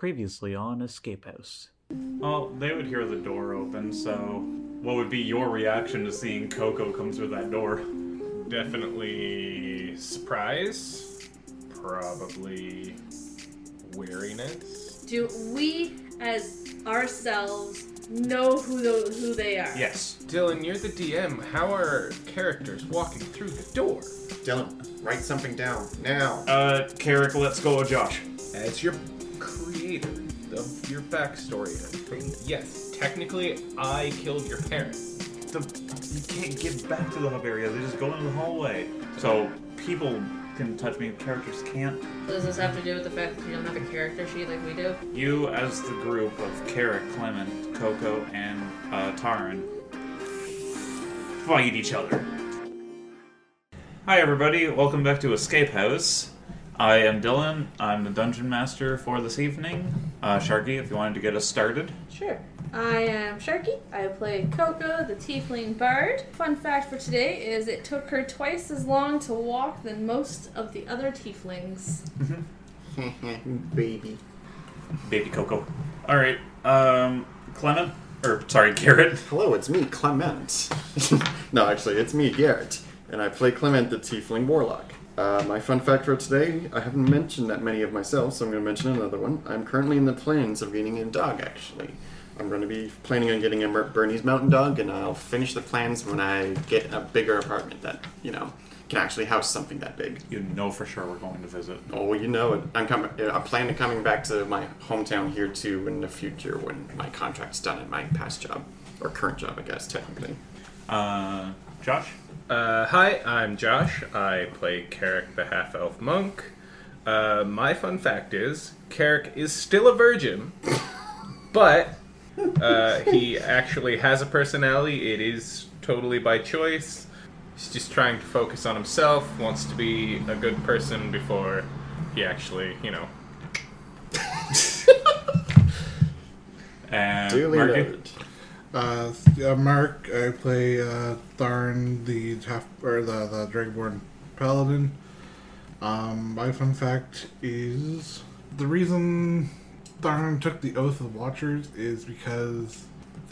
Previously on Escape House. Well, they would hear the door open, so what would be your reaction to seeing Coco come through that door? Definitely surprise. Probably wariness. Do we, as ourselves, know who the, who they are? Yes. Dylan, you're the DM. How are characters walking through the door? Dylan, write something down now. Uh, Carrick lets go of Josh. As your creator of your backstory and everything, yes, technically I killed your parents. The, you can't get back to the hub area, they just go into the hallway. So people can touch me, characters can't. Does this have to do with the fact that you don't have a character sheet like we do? You, as the group of Carrick, Clement, Coco, and uh, Taran, fight each other. Hi, everybody. Welcome back to Escape House. I am Dylan. I'm the dungeon master for this evening. Uh, Sharky, if you wanted to get us started. Sure. I am Sharky. I play Coco, the Tiefling Bard. Fun fact for today is it took her twice as long to walk than most of the other Tieflings. Baby. Baby Coco. All right. Um, Clement, or sorry, Garrett. Hello, it's me, Clement. no, actually, it's me, Garrett, and I play Clement the Tiefling Warlock. Uh, my fun fact for today I haven't mentioned that many of myself, so I'm going to mention another one. I'm currently in the plans of getting a dog, actually. I'm going to be planning on getting a Mer- Bernese Mountain Dog, and I'll finish the plans when I get a bigger apartment that, you know, can actually house something that big. You know for sure we're going to visit. Oh, you know it. I'm coming. I plan to coming back to my hometown here too in the future when my contract's done at my past job or current job, I guess technically. Uh, Josh? Uh, hi, I'm Josh. I play Carrick the Half Elf Monk. Uh, my fun fact is Carrick is still a virgin, but uh, he actually has a personality. It is totally by choice. He's just trying to focus on himself, wants to be a good person before he actually, you know. And Duly Marky? noted. Uh, uh, Mark, I play uh, Tharn, the half or the the Dragonborn Paladin. Um, my fun fact is the reason Tharn took the oath of Watchers is because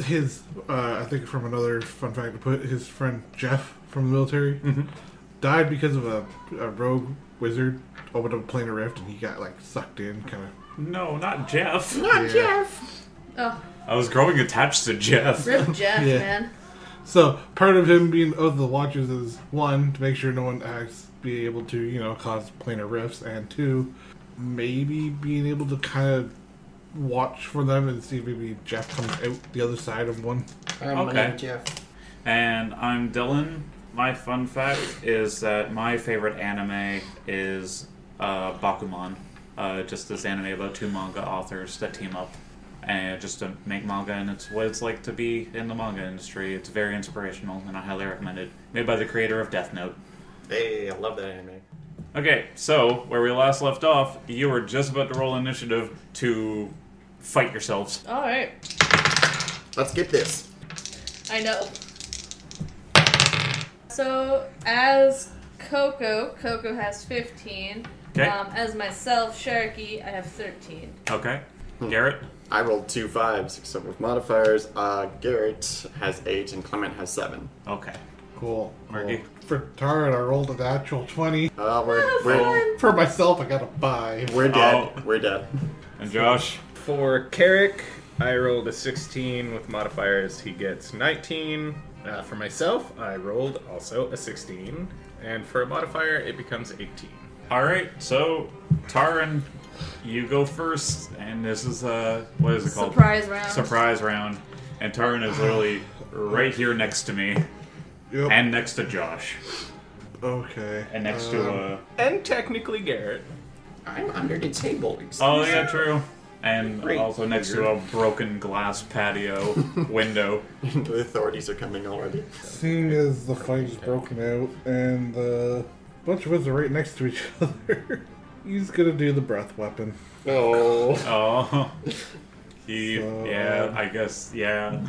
his uh, I think from another fun fact to put his friend Jeff from the military died because of a, a rogue wizard opened up a plane of rift and he got like sucked in kind of. No, not Jeff. Not Jeff. Oh, I was growing attached to Jeff. rip Jeff, Yeah. man. So part of him being Oath of the Watchers is one to make sure no one acts be able to you know cause planar rifts, and two, maybe being able to kind of watch for them and see if maybe Jeff comes out the other side of one. my Okay. name's Jeff. And I'm Dylan. My fun fact is that my favorite anime is uh, Bakuman. Uh, just this anime about two manga authors that team up and just to make manga, and it's what it's like to be in the manga industry. It's very inspirational, and I highly recommend it. Made by the creator of Death Note. Hey, I love that anime. Okay, so where we last left off, you were just about to roll initiative to fight yourselves. All right. Let's get this. I know. So as Coco, Coco has 15. 'Kay. Um, as myself, Sharky, I have 13. Okay, Garrett. I rolled two fives, except with modifiers. Uh, Garrett has eight and Clement has seven. Okay. Cool. Marky? Cool. For Tara, I rolled an actual twenty. Uh, we're Oh, we're, fun. For myself, I got a buy. we're dead. Oh. We're dead. And Josh. For Carrick, I rolled a 16 with modifiers. He gets 19. Uh, for myself, I rolled also a 16. And for a modifier, it becomes 18. All right, so Taran, you go first, and this is uh, what is it called? Surprise round. Surprise round, and Taran is literally right here next to me, Yep. and next to Josh, okay. Um, and next to uh, And technically, Garrett. I'm under the table. oh yeah, true, and Great. also next to a broken glass patio window. the authorities are coming already. uh, Seeing as the fight is broken out and the bunch of us are right next to each other, he's gonna do the breath weapon. Oh. Oh, he, So- yeah, I guess, yeah.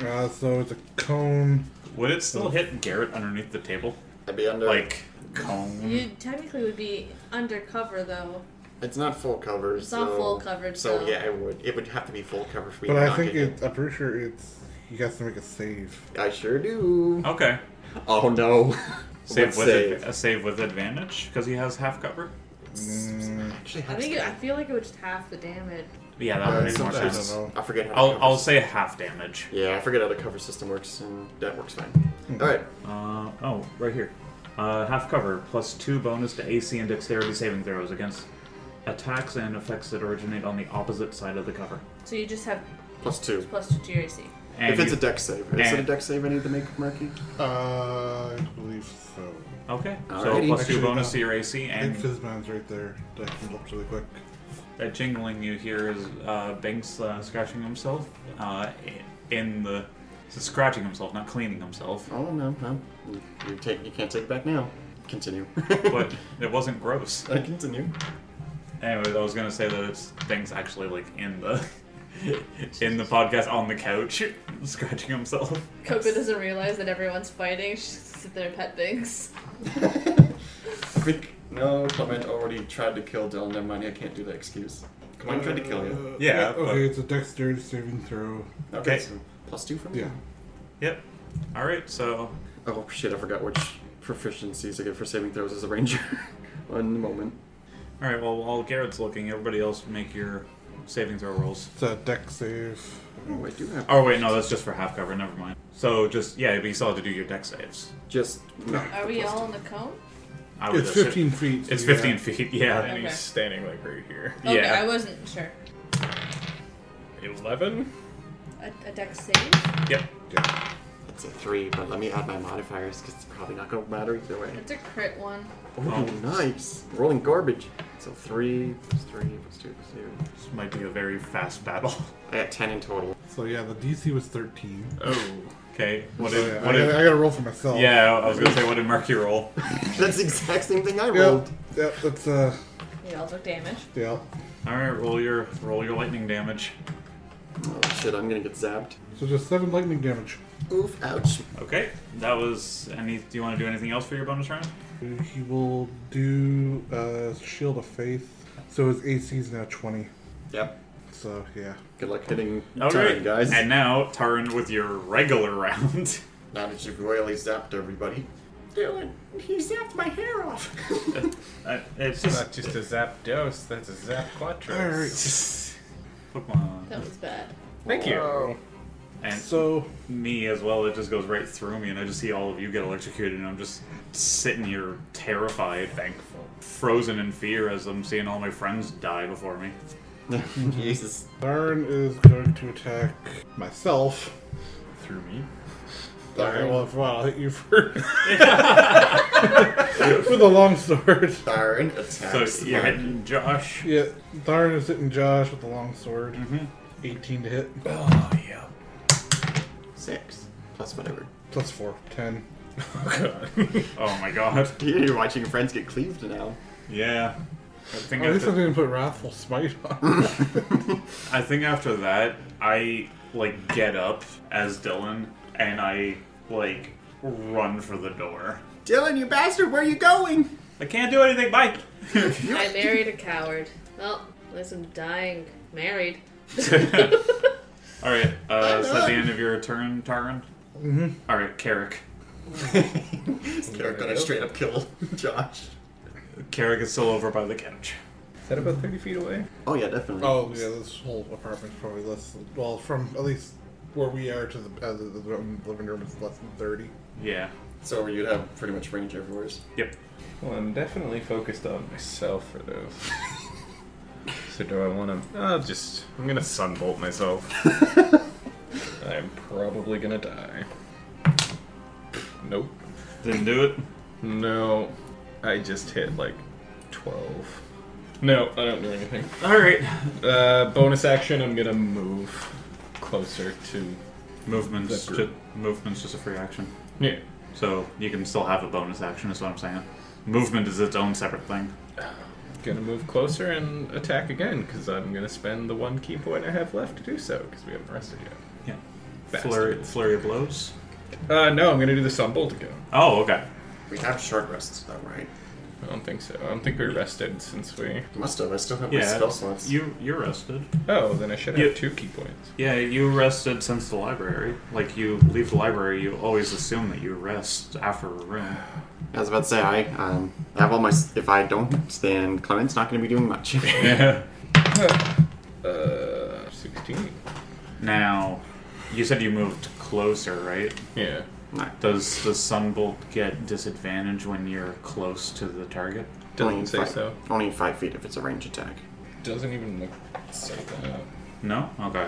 Uh, so it's a cone. Would it still hit Garrett underneath the table, I'd be under. like cone? You technically would be undercover though. It's not full cover. It's not so- full coverage, So so- yeah, it would it would have to be full cover for you But to I not think get it, I'm pretty sure it's. You guys to make a save. hit. I sure do. Okay. Oh no. Save What with adv- a save with advantage because he has half cover. Mm, Actually, I think it, I feel like it would just half the damage. Yeah, that Uh, would make more sometimes- sense. sense. I forget how. the I'll cover I'll system- say half damage. Yeah, I forget how the cover system works, and that works fine. All right. Uh, oh, right here. Uh, half cover plus two bonus to AC and dexterity saving throws against attacks and effects that originate on the opposite side of the cover. So you just have Plus two. plus two to your AC. And if it's you- a dex save, is it a and- dex save I need to make, Marky? uh, I believe so. okay, so Alrighty. plus Actually, two bonus no. to your AC, I think and Fizzman's right there. That can look really quick. that jingling you hear is uh, Binks uh, scratching himself uh, i- in the scratching himself, not cleaning himself, Oh no, no. You, you take. You can't take it back now. Continue. but it wasn't gross. I continue. Anyways, I was gonna say that it's things actually like in the in the podcast on the couch, scratching himself. Coco doesn't realize that everyone's fighting. She's sit there pet things. I think no comment already tried to kill Dylan. Never mind, I can't do that excuse. Come on, tried to kill you. Uh, Yeah, Okay, but- it's a dexterity saving throw. Okay. Uh, okay. So plus two from me. Yeah. Yep. All right. So Oh shit! I forgot which proficiencies I get for saving throws as a ranger. One moment. all right. Well, while Garrett's looking, everybody else make your saving throw rolls. It's a dex save. Oh, I do have Oh wait, no, that's just for half cover. Never mind. So just yeah, but you still have to do your deck saves. just no. Are the we plus all two. in the cone? Oh, I would It's assume- 15 feet. so It's yeah. 15 feet. Yeah. And Okay. he's standing like right here. Okay, Yeah. I wasn't sure. 11? A, a dex save? Yep. Yeah. It's a three, but let me add my modifiers because it's probably not going to matter either way. It's a crit one. Oh, nice. Rolling garbage. So three plus three plus two plus two. This might be a very fast battle. I got ten in total. So yeah, the DC was 13. Oh. Okay. What So, did? yeah, what I, did? gotta, I gotta roll for myself. yeah, I was gonna say what did Murky roll? That's the exact same thing I Yep. rolled. Yep. That's uh. We all took damage. Yeah. All right, roll your roll your lightning damage. Oh shit! I'm gonna get zapped. So just seven lightning damage. Oof! Ouch! Okay, that was. Any? Do you want to do anything else for your bonus round? He will do uh, shield of faith. So his AC is now 20. Yep. So yeah. Good luck hitting All Tyrion, right. guys. And now turn with your regular round. Now that you've royally zapped everybody. Dylan, he zapped my hair off. Uh, it's It's just not just a zap dose, that's a zap quattro. All right. Pokemon. That was bad. Thank you. And So me as well, it just goes right through me, and I just see all of you get electrocuted, and I'm just sitting here terrified, thankful, frozen in fear as I'm seeing all my friends die before me. Jesus. Darn is going to attack myself. Through me. Alright, well, if- well, I'll hit you first. With a long sword. Darn attacks. So you're hitting Josh. Yeah, Darn is hitting Josh with a long sword. Mhm. 18 to hit. Oh yeah. Six. Plus whatever. Plus 4. 10. Oh, Oh my god. You're watching your friends get cleaved now. Yeah. I think Oh, at I least I took- didn't put Wrathful Smite on. I think after that, I like get up as Dylan and I like run for the door. Dylan, you bastard, where are you going? I can't do anything, bye. I married a coward. Well, at least I'm dying married. All right, uh, is that the end of your turn, Taran? Mm-hmm. All right, Carrick. They're gonna straight up kill Josh. Carrick is still over by the couch. Is that about 30 feet away? Oh yeah, definitely. oh, yeah, this whole apartment's probably less. than- Well, from at least where we are to the, uh, the, the living room is less than 30. Yeah. So you'd have pretty much range everywhere. Yep. Well, I'm definitely focused on myself for those. so do I want to? I'll just. I'm gonna sunbolt myself. I'm probably gonna die. Nope. Didn't do it. No. I just hit like 12. No, I don't do anything. All right. Uh, bonus action, I'm gonna move closer to. Movement's That just, group. movement's just a free action, Yeah. so you can still have a bonus action. Is what I'm saying. Movement is its own separate thing. Gonna move closer and attack again, because I'm gonna spend the one key point I have left to do so, because we haven't rested yet. Yeah. Flurry, Bastard. flurry of blows. Uh, no, I'm gonna do the sunbolt again. Oh, okay. We have short rests though, right? I don't think so. I don't think we rested since we. Must have. I still have my Yeah, spell slots. you you rested. Oh, then I should have Yeah. two key points. Yeah, you rested since the library. Like you leave the library, you always assume that you rest after a room. I was about to say I um, have all my. s- If I don't, then Clement's not going to be doing much. Yeah. Uh, sixteen. Now, you said you moved closer, right? Yeah. No. Does the sunbolt get disadvantage when you're close to the target? Only Doesn't say five, so. Only five feet if it's a range attack. Doesn't even look say that. No. Okay.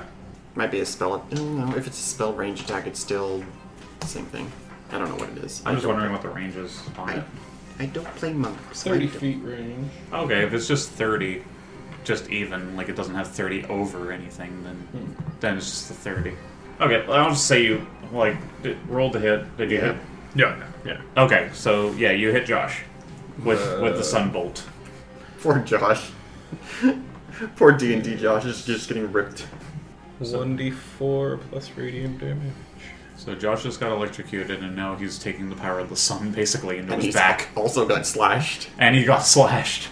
Might be a spell. I don't know. If it's a spell range attack, it's still the same thing. I don't know what it is. I I'm just don't- wondering what the range is on I, it. I don't play monks. I Thirty don't- feet range. Okay, if it's just thirty, just even, like it doesn't have thirty over anything, then then it's just the thirty. Okay, I'll just say you like d- rolled the hit. Did you hit? Yeah. Yeah. Okay, so yeah, you hit Josh with with the sunbolt. Poor Josh. Poor D and D Josh is just getting ripped. One d four plus radiant damage. So Josh just got electrocuted, and now he's taking the power of the sun basically into And his he's back, also got slashed. and he got slashed.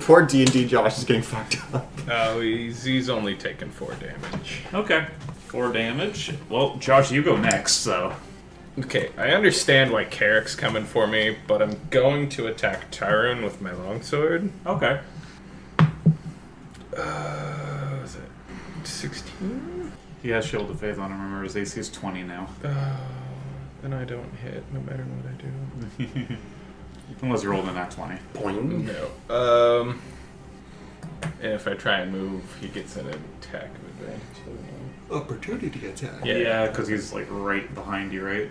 Poor D and D Josh is getting fucked up. Oh, he's, he's only taken four damage. Okay, four damage. Well, Josh, you go next. So Okay, I understand why Carrick's coming for me, but I'm going to attack Tyrone with my longsword. okay, Uh, was it 16? he has shield of faith on him. Remember his AC is twenty now, Uh, then I don't hit, no matter what I do. unless you rolled a nat twenty. Boing. No. Um, and if I try and move, he gets an attack of advantage. doesn't he? Opportunity attack. Yeah. Yeah, because he's like right behind you, right? I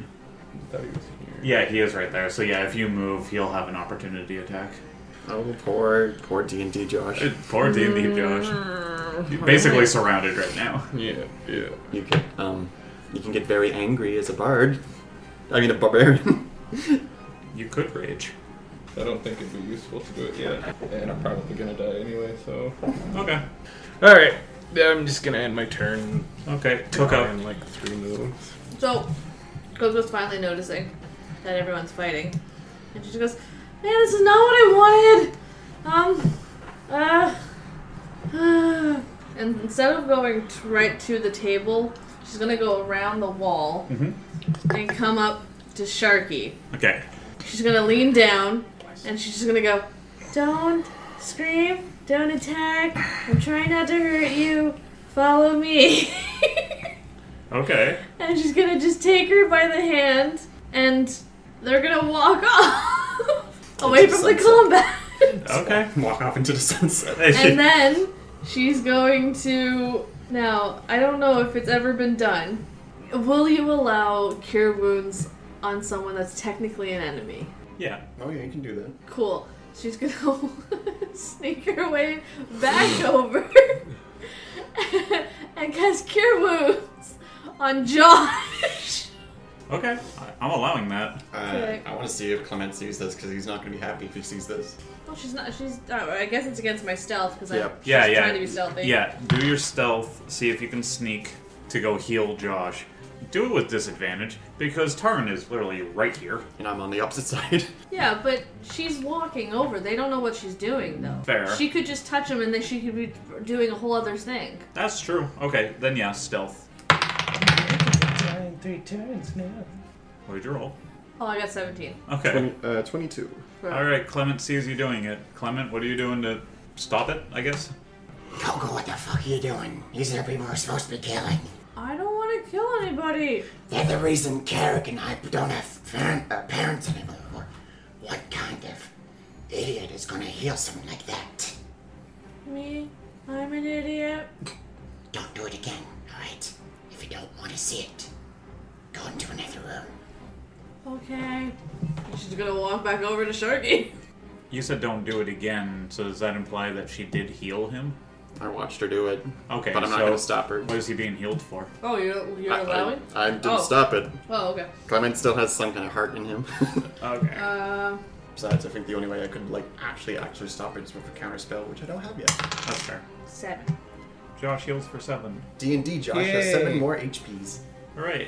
thought he was here. Yeah, he is right there. So yeah, if you move, he'll have an opportunity attack. Oh, poor, poor D and D Josh. Uh, Poor D and D, Josh. You're basically surrounded right now. Yeah, yeah. You can, um, you can get very angry as a bard. I mean, a barbarian. You could rage. I don't think it'd be useful to do it yet. And I'm probably gonna die anyway, so. Okay. Alright, I'm just gonna end my turn Okay. Took up. in like three moves. So, Coco's finally noticing that everyone's fighting. And she just goes, Man, this is not what I wanted! Um, uh, uh. And instead of going t- right to the table, she's gonna go around the wall Mhm. and come up to Sharky. Okay. She's gonna lean down and she's just gonna go, Don't scream, don't attack, I'm trying not to hurt you, follow me. Okay. and she's gonna just take her by the hand and they're gonna walk off away Into from the sunset. combat. Okay. Walk off into the sunset. and then she's going to. Now, I don't know if it's ever been done. Will you allow cure wounds on someone that's technically an enemy? yeah. Oh yeah, you can do that. Cool. She's gonna sneak her way back over and cast cure wounds on Josh. Okay. I- I'm allowing that. Uh, Okay. I want to see if Clement sees this because he's not going to be happy if he sees this. Well, she's not. She's. Uh, I guess it's against my stealth because I'm Yep. Yeah. she's yeah. trying to be stealthy. Yeah. Do your stealth. See if you can sneak to go heal Josh. Do it with disadvantage because Tarn is literally right here. And I'm on the opposite side. Yeah, but she's walking over. They don't know what she's doing though. Fair. She could just touch him and then she could be doing a whole other thing. That's true. Okay. Then yeah, stealth. Three turns now. Where'd you roll? Oh, I got 17. Okay. uh, 22. All right. Clement sees you doing it. Clement, what are you doing to stop it? I guess. Coco, Oh, what the fuck are you doing? These are the people we're supposed to be killing. I don't want to kill anybody. They're the reason Carrick and I don't have parent, uh, parents anymore. What kind of idiot is gonna heal someone like that? Me, I'm an idiot. Don't do it again, alright? If you don't want to see it, go into another room. Okay. She's gonna walk back over to Sharky. You said don't do it again. So does that imply that she did heal him? I watched her do it. Okay. But I'm so not going to stop her. What is he being healed for? Oh, you're you're I, I, allowing? I didn't Oh. stop it. Oh, okay. Clement still has some kind of heart in him. Okay. Uh, Besides, I think the only way I could like actually actually stop her is with a counter spell, which I don't have yet. That's fair. seven. Josh heals for seven. D and D Josh has Yay. seven more HPs. All right.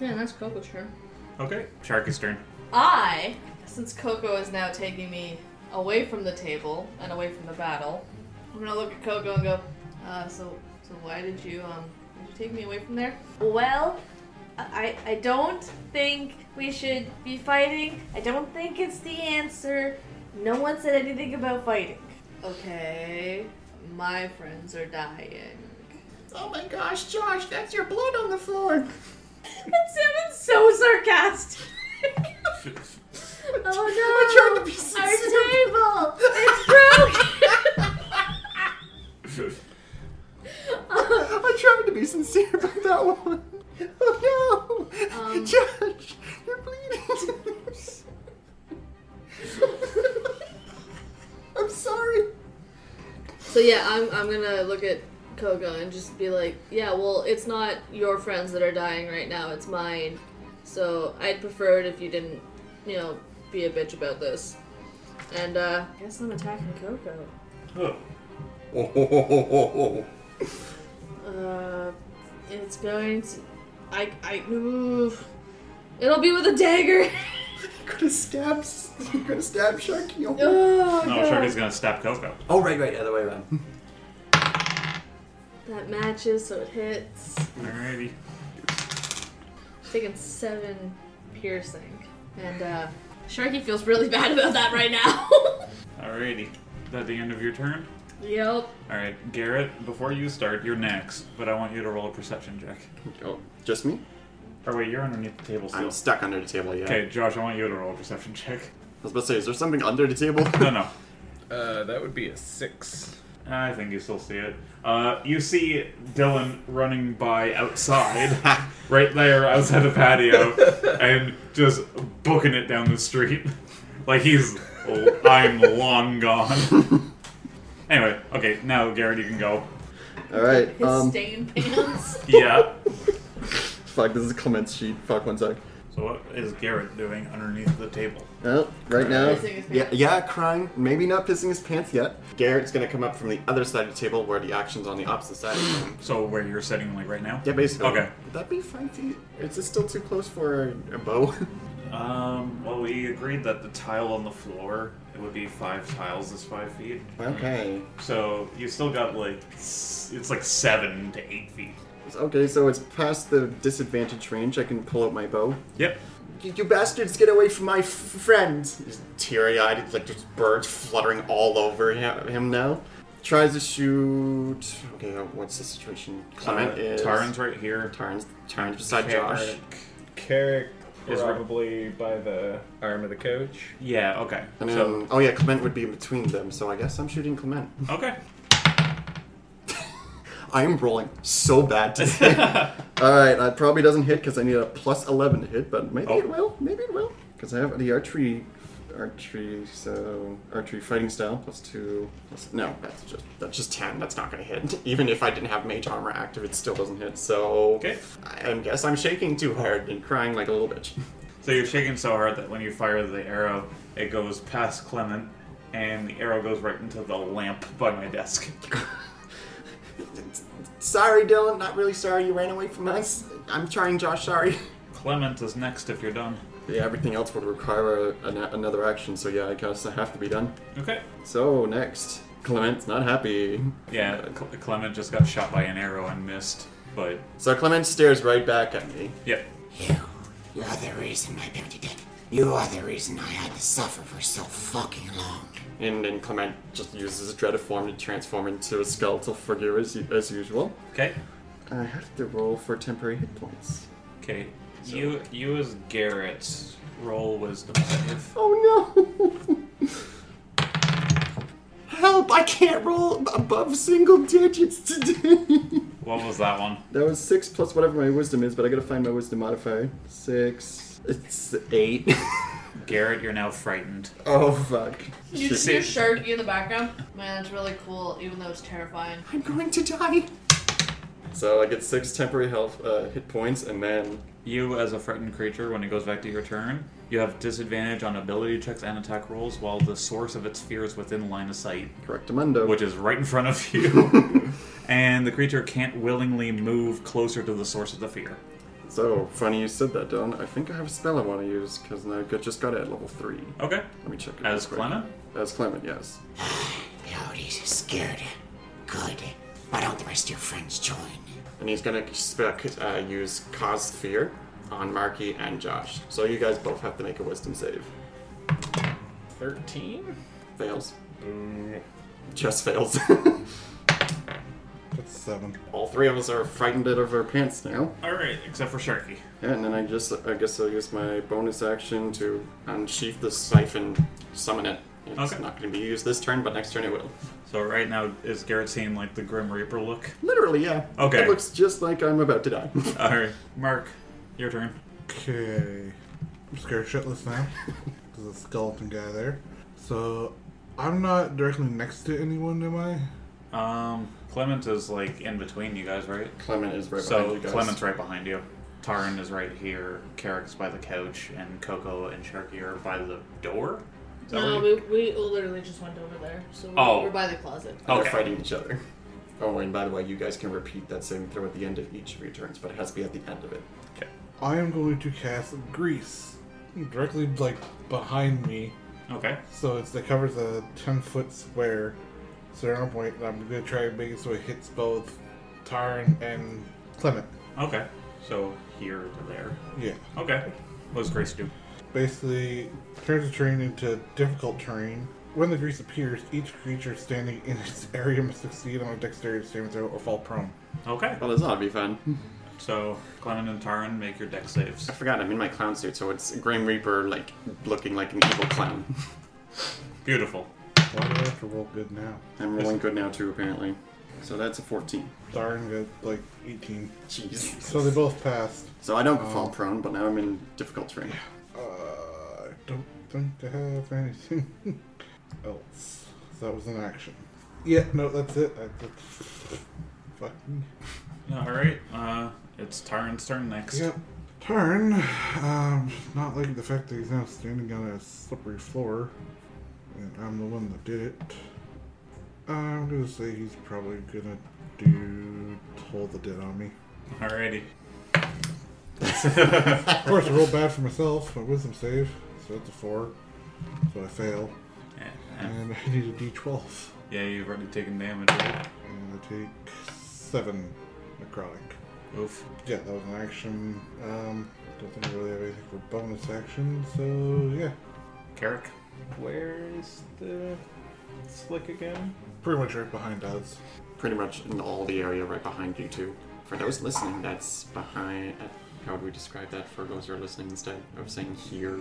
Yeah, that's Coco's turn. Okay. Sharky's turn. I since Coco is now taking me away from the table and away from the battle, I'm gonna look at Coco and go, uh, so, so why did you, um, did you take me away from there? Well, I, I don't think we should be fighting. I don't think it's the answer. No one said anything about fighting. Okay, my friends are dying. Oh my gosh, Josh, that's your blood on the floor. That sounded so sarcastic. oh no! I tried to be Our table! Oh, It's broken! I tried to be sincere about that one. Oh no! Um. Josh, you're bleeding. I'm sorry. So yeah, I'm I'm gonna look at Koga and just be like, yeah, well, it's not your friends that are dying right now, it's mine. So I'd prefer it if you didn't, you know, be a bitch about this. And uh I guess I'm attacking Coco. Uh it's going to I I move. It'll be with a dagger. Could have stabbed. Could have stabbed Sharky. oh, No, God. Sharky's gonna stab Coco. Oh, right, right, other way around. That matches so it hits. Alrighty. taking seven piercing. And uh Sharky feels really bad about that right now. Alrighty. Is that the end of your turn? yep. Alright, Garrett, before you start, you're next, but I want you to roll a perception check. Oh, just me? Or wait, you're underneath the table still. I'm stuck under the table. Yeah. Okay, Josh, I want you to roll a perception check. I was about to say, is there something under the table? No, no. Uh, that would be a six. I think you still see it. Uh, you see Dylan running by outside, right there outside the patio, and just booking it down the street. Like he's, I'm long gone. Anyway, okay, now Garrett, you can go. All right. His Um. stained pants. Yeah. Fuck. This is Clement's sheet. Fuck. One sec. So what is Garrett doing underneath the table? Oh, right now. Pissing his Yeah, pants. yeah, crying. Maybe not pissing his pants yet. Garrett's gonna come up from the other side of the table where the action's on the opposite side. of him. So where you're sitting, like right now? Yeah, basically. Okay. Would that be five feet? Is this still too close for a, a bow? Um. Well, we agreed that the tile on the floor it would be five tiles is five feet. okay. So you still got like s- it's like seven to eight feet. Okay, so it's past the disadvantage range. I can pull out my bow. Yep. You, you bastards, get away from my f- friend! He's teary-eyed. It's like there's birds fluttering all over him, him now. Tries to shoot. Okay, uh, what's the situation? Clement Uh, is. Taran's right here. Tarn's, Tarn's beside Josh. Carrick- Carrick Is is re- probably by the arm of the coach. Yeah. Okay. And then, So oh yeah, Clement would be in between them, so I guess I'm shooting Clement. okay. I am rolling so bad today. All right, that probably doesn't hit because I need a plus eleven to hit, but maybe Oh. it will. Maybe it will because I have the archery, archery, so archery fighting style plus two. Plus, no, that's just that's just ten. That's not gonna hit. Even if I didn't have mage armor active, it still doesn't hit. So Okay. I guess I'm shaking too hard and crying like a little bitch. So you're shaking so hard that when you fire the arrow, it goes past Clement, and the arrow goes right into the lamp by my desk. sorry, Dylan. Not really sorry. You ran away from us. I'm trying, Josh. Sorry. Clement is next if you're done. Yeah, everything else would require a, an, another action, so yeah, I guess I have to be done. Okay. So, next. Clement's not happy. Yeah. Cle- Clement just got shot by an arrow and missed, but So, Clement stares right back at me. yep. You, you're the reason my baby did. You are the reason I had to suffer for so fucking long. And then Clement just uses his dreaded form to transform into a skeletal figure as, as usual. Okay. I have to roll for temporary hit points. Okay. You you as Garrett roll wisdom save. Oh no! Help! I can't roll above single digits today! What was that one? That was six plus whatever my wisdom is, but I gotta find my wisdom modifier. Six. It's eight. Garrett, you're now frightened. oh fuck. You just Shit. hear Sharky in the background. Man, that's really cool, even though it's terrifying. I'm going to die. So I get six temporary health uh, hit points, and then You, as a frightened creature, when it goes back to your turn, you have disadvantage on ability checks and attack rolls while the source of its fear is within line of sight, correctamundo. which is right in front of you. and the creature can't willingly move closer to the source of the fear. So, funny you said that, Dylan. I think I have a spell I want to use because I got- just got it at level 3. Okay. Let me check it. As real quick. Clement? As Clement, yes. You know, he's scared. Good. Why don't the rest of your friends join? And he's going to spec, uh, use Cause Fear on Marky and Josh. So, you guys both have to make a wisdom save. 13? Fails. Just fails. That's seven. All three of us are frightened out of our pants now. Alright, except for Sharky. Yeah, and then I just I guess I'll use my bonus action to unsheath the siphon, summon it. It's Okay. not going to be used this turn, but next turn it will. So right now is Garrett seeing like the Grim Reaper look? Literally, yeah. Okay. Uh, It looks just like I'm about to die. Alright. Mark, your turn. Okay. I'm scared shitless now. There's a skeleton guy there. So, I'm not directly next to anyone, am I? Um Clement is like in between you guys, right? Clement is right behind So you guys. Clement's right behind you. Taran is right here. Carrick's by the couch, and Coco and Sharky are by the door. Is that No, right? we, we literally just went over there. So we, Oh. we're by the closet. They're Okay. fighting each other. Oh, and by the way, you guys can repeat that saving throw at the end of each of your turns, but it has to be at the end of it. Okay. I am going to cast Grease directly, like, behind me. Okay. So it's that covers a ten foot square surround point. and I'm gonna try and make it so it hits both Tarn and Clement. Okay. So here to there. Yeah, Okay. What does Grace do? basically turns the terrain into difficult terrain. When the grease appears, each creature standing in its area must succeed on a dexterity saving throw or fall prone. Okay. Well, this ought to be fun. So Clement and Taran make your deck saves. I forgot, I'm in my clown suit, so it's Grim Reaper, like, looking like an evil clown. Beautiful. Why do I have to roll good now? I'm rolling good now, too, apparently. So that's a 14. Darn good, like 18. Jeez. So they both passed. So I don't Oh. fall prone, but now I'm in difficult terrain. Uh, I don't think I have anything else. That was an action. Yeah, no, that's it. I, that's fucking. All right. Uh, it's Taran's turn next. Yep. Turn. Um, not liking the fact that he's now standing on a slippery floor, and I'm the one that did it. I'm gonna say he's probably gonna do hold the dead on me. Alrighty. Of course, I rolled bad for myself. My wisdom save, so that's a four. So I fail, Yeah, yeah. and I need a d12. Yeah, you've already taken damage. Right? And I take seven necrotic. Oof. Yeah, that was an action. Um, don't think I really have anything for bonus action, so yeah. Carrick. Where is the slick again? Pretty much right behind us. pretty much in all the area right behind you two. For those listening, that's behind. uh, How would we describe that for those who are listening instead of saying here?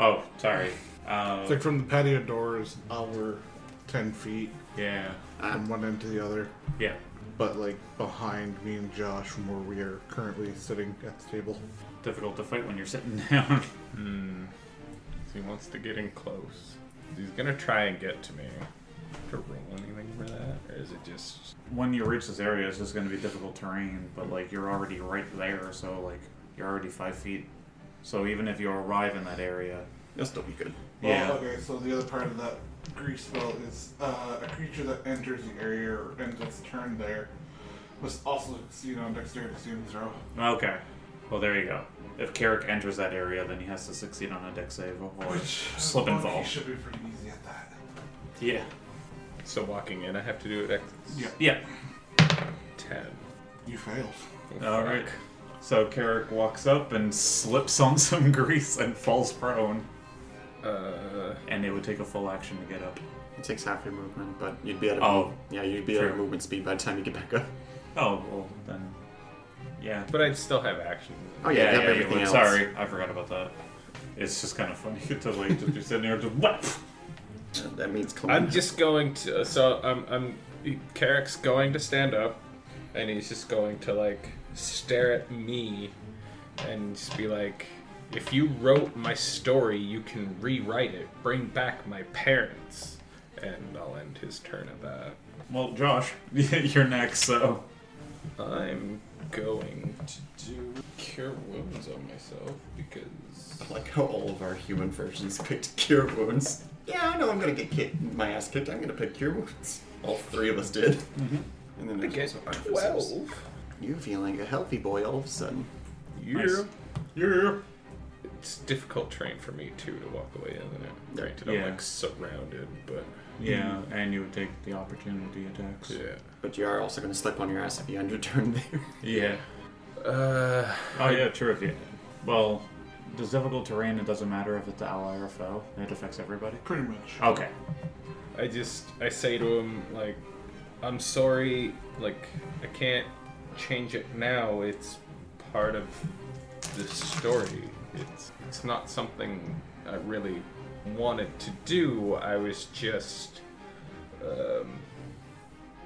Oh, sorry. Uh, It's like from the patio doors, our 10 feet yeah. from one end to the other, Ah. Yeah. but like behind me and Josh from where we are currently sitting at the table. Difficult to fight when you're sitting down. Hmm. He wants to get in close. He's gonna try and get to me. To roll anything for that, or is it just when you reach this area, it's just going to be difficult terrain, but like you're already right there, so like you're already five feet. So even if you arrive in that area, That's still be good. yeah, Oh, okay, so the other part of that grease spell is uh, a creature that enters the area or ends its turn there must also succeed on dexterity saving throw. okay. Well, there you go. If Carrick enters that area, then he has to succeed on a deck save or slip and fall. should be pretty easy at that. Yeah, so walking in? I have to do it at Yeah. yeah. ten. You failed. All right. So Carrick walks up and slips on some grease and falls prone, Uh, and it would take a full action to get up. It takes half your movement, but you'd be at a Oh. yeah, you'd be at True. a movement speed by the time you get back up. Oh well, then. Yeah, but I'd still have action. Oh yeah, you have you everything would. else. Sorry, I forgot about that. It's just kind of funny to like just be sitting there just what? Uh, That means I'm Clement. just going to. So I'm. I'm. Carrick's going to stand up, and he's just going to like stare at me, and just be like, "If you wrote my story, you can rewrite it. Bring back my parents." And I'll end his turn at that. Well, Josh, you're next. So I'm going to do cure wounds on myself because like how all of our human versions picked cure wounds. Yeah, I know I'm gonna get kicked, my ass kicked. I'm gonna pick cure wounds. All three of us did. Mm-hmm. And then I there's get also artificers. twelve. You feel like a healthy boy all of a sudden. Yeah. Nice. Yeah. It's difficult terrain for me too to walk away, isn't it? Granted, Yeah. I'm like surrounded, but Yeah, and you would take the opportunity attacks. yeah. But you are also going to slip on your ass if you underturn there. Yeah. Uh, Oh yeah, true. If you, well, does difficult terrain? It doesn't matter if it's ally or foe. It affects everybody. Pretty much. Okay. I just I say to him like, I'm sorry, like I can't change it now. It's part of the story. It's it's not something I really wanted to do. I was just um,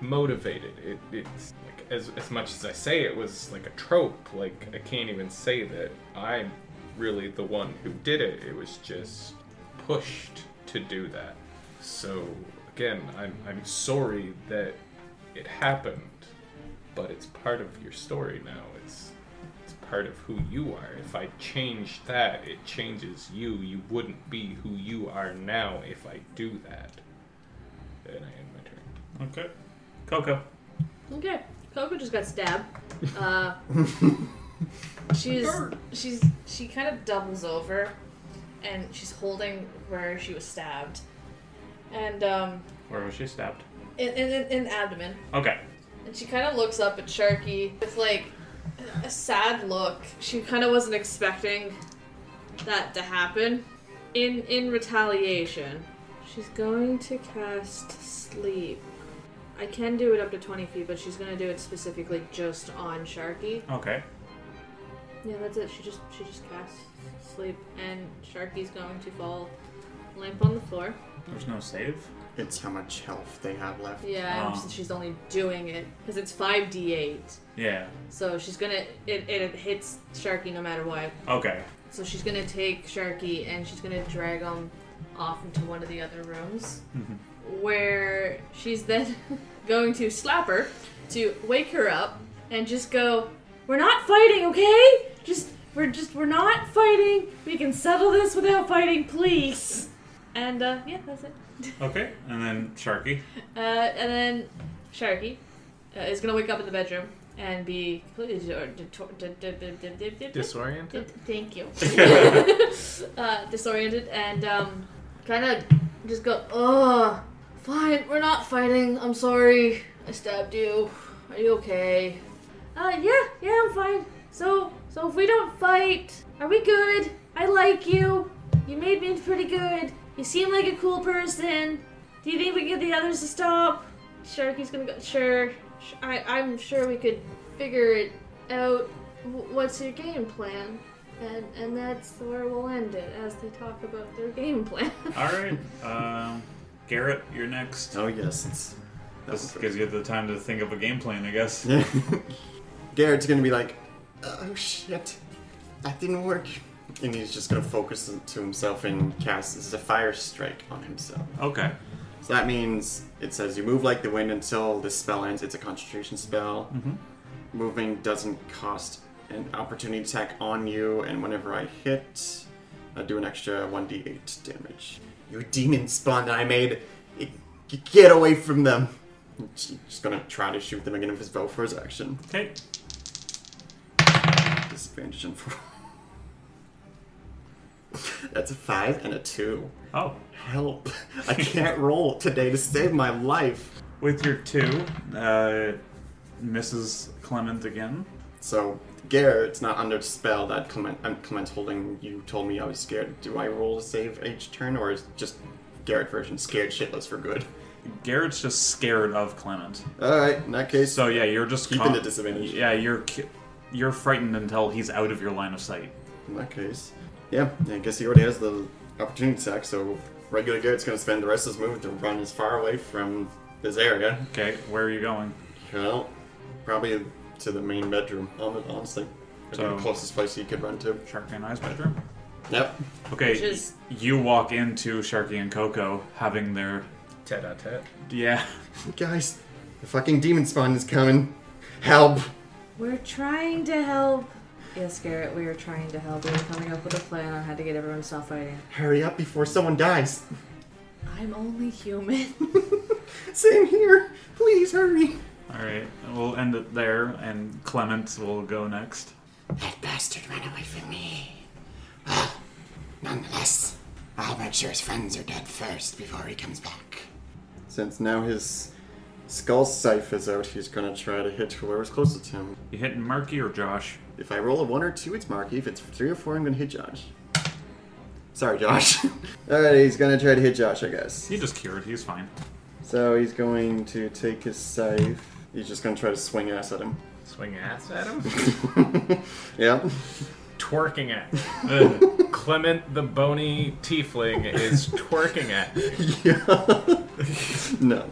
motivated. It, it's like as as much as I say it was like a trope. Like I can't even say that I'm really the one who did it. It was just pushed to do that. So again, I'm I'm sorry that it happened, but it's part of your story now. It's it's part of who you are. If I change that, it changes you. You wouldn't be who you are now if I do that. And I end my turn. Okay. Coco. Okay. Coco just got stabbed. Uh, she's she's she kind of doubles over, and she's holding where she was stabbed, and um, Where was she stabbed? in in, in abdomen. Okay. And she kind of looks up at Sharky with like a sad look. She kind of wasn't expecting that to happen. In in retaliation, she's going to cast sleep. I can do it up to 20 feet, but she's going to do it specifically just on Sharky. Okay. Yeah, that's it. She just she just casts sleep and Sharky's going to fall limp on the floor. There's no save. It's how much health they have left. Yeah, Wow. since she's only doing it because it's 5d8. Yeah. So she's gonna it, it hits Sharky no matter what. Okay. So she's gonna take Sharky and she's gonna drag him off into one of the other rooms, where she's then going to slap her to wake her up and just go, "We're not fighting, okay? Just we're just we're not fighting. We can settle this without fighting, please." And uh, yeah, that's it. Okay. And then Sharky. Uh, and then Sharky uh, is gonna wake up in the bedroom and be completely Disoriented. Thank you. uh, disoriented and um, kind of just go, ugh, fine, we're not fighting. I'm sorry. I stabbed you. Are you okay? Uh, yeah, yeah, I'm fine. So, so if we don't fight, are we good? I like you. You made me pretty good. You seem like a cool person. Do you think we can get the others to stop? Sharky's gonna go. Sure. Sh- I, I'm sure we could figure it out. W- what's your game plan? And, and that's where we'll end it as they talk about their game plan. All right. Um, Garrett, you're next. Oh, yes. It's, This gives you the time to think of a game plan, I guess. Garrett's going to be like, oh shit, that didn't work. And he's just going to focus to himself and cast this is a fire strike on himself. Okay. So that means it says you move like the wind until this spell ends. It's a concentration spell. Moving doesn't cost an opportunity attack on you, and whenever I hit, I do an extra 1d8 damage. Your demon spawn that I made, it, g- get away from them! He's just gonna try to shoot them again with his bow for his action. Okay. Disadvantage and four. That's a five and a two. Oh. Help! I can't roll today to save my life. With your two, uh, Mrs. Clement again. So Garrett's not under spell that Clement. I'm Clement holding. You told me I was scared. Do I roll to save each turn, or is just Garrett version scared shitless for good? Garrett's just scared of Clement. All right, in that case, So yeah, you're just Keeping the disadvantage. Yeah, you're ki- you're frightened until he's out of your line of sight. in that case, yeah. I guess he already has the opportunity attack. So regular Garrett's gonna spend the rest of his move to run as far away from this area. Okay, where are you going? Well, probably to the main bedroom. hon- Honestly, It'd be So- the closest place he could run to. Sharky and I's bedroom. Yep. Okay, Which is- y- you walk into Sharky and Coco having their Tete a tete. yeah. Guys, the fucking demon spawn is coming. Help! We're trying to help. Yes, Garrett, we are trying to help. We are coming up with a plan on how to get everyone to stop fighting. Hurry up before someone dies. I'm only human. Same here. Please hurry. All right, we'll end it there, and Clement will go next. That bastard ran away from me. Well, nonetheless, I'll make sure his friends are dead first before he comes back. Since now his skull scythe is out, he's gonna try to hit whoever's closest to him. You hitting Marky or Josh? If I roll a one or two, it's Marky. If it's three or four, I'm gonna hit Josh. Sorry, Josh. Alright, he's gonna try to hit Josh, I guess. He just cured. He's fine. So he's going to take his scythe. He's just gonna try to swing ass at him. Swing ass at him? yeah. twerking at me. Clement the bony tiefling is twerking at me. yeah. no.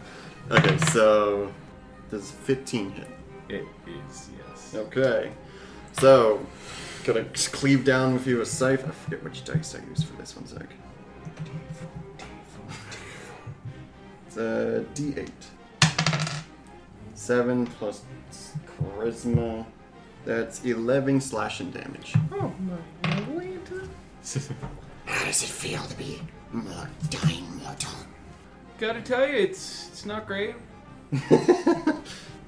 Okay, so does 15 hit? It is, yes. Okay. So, gonna just cleave down with you a scythe. I forget which dice I used for this one sec. It's a d8. 7 plus charisma. That's 11 slashing damage. Oh my lord. How does it feel to be more dying mortal? Gotta tell you, it's it's not great.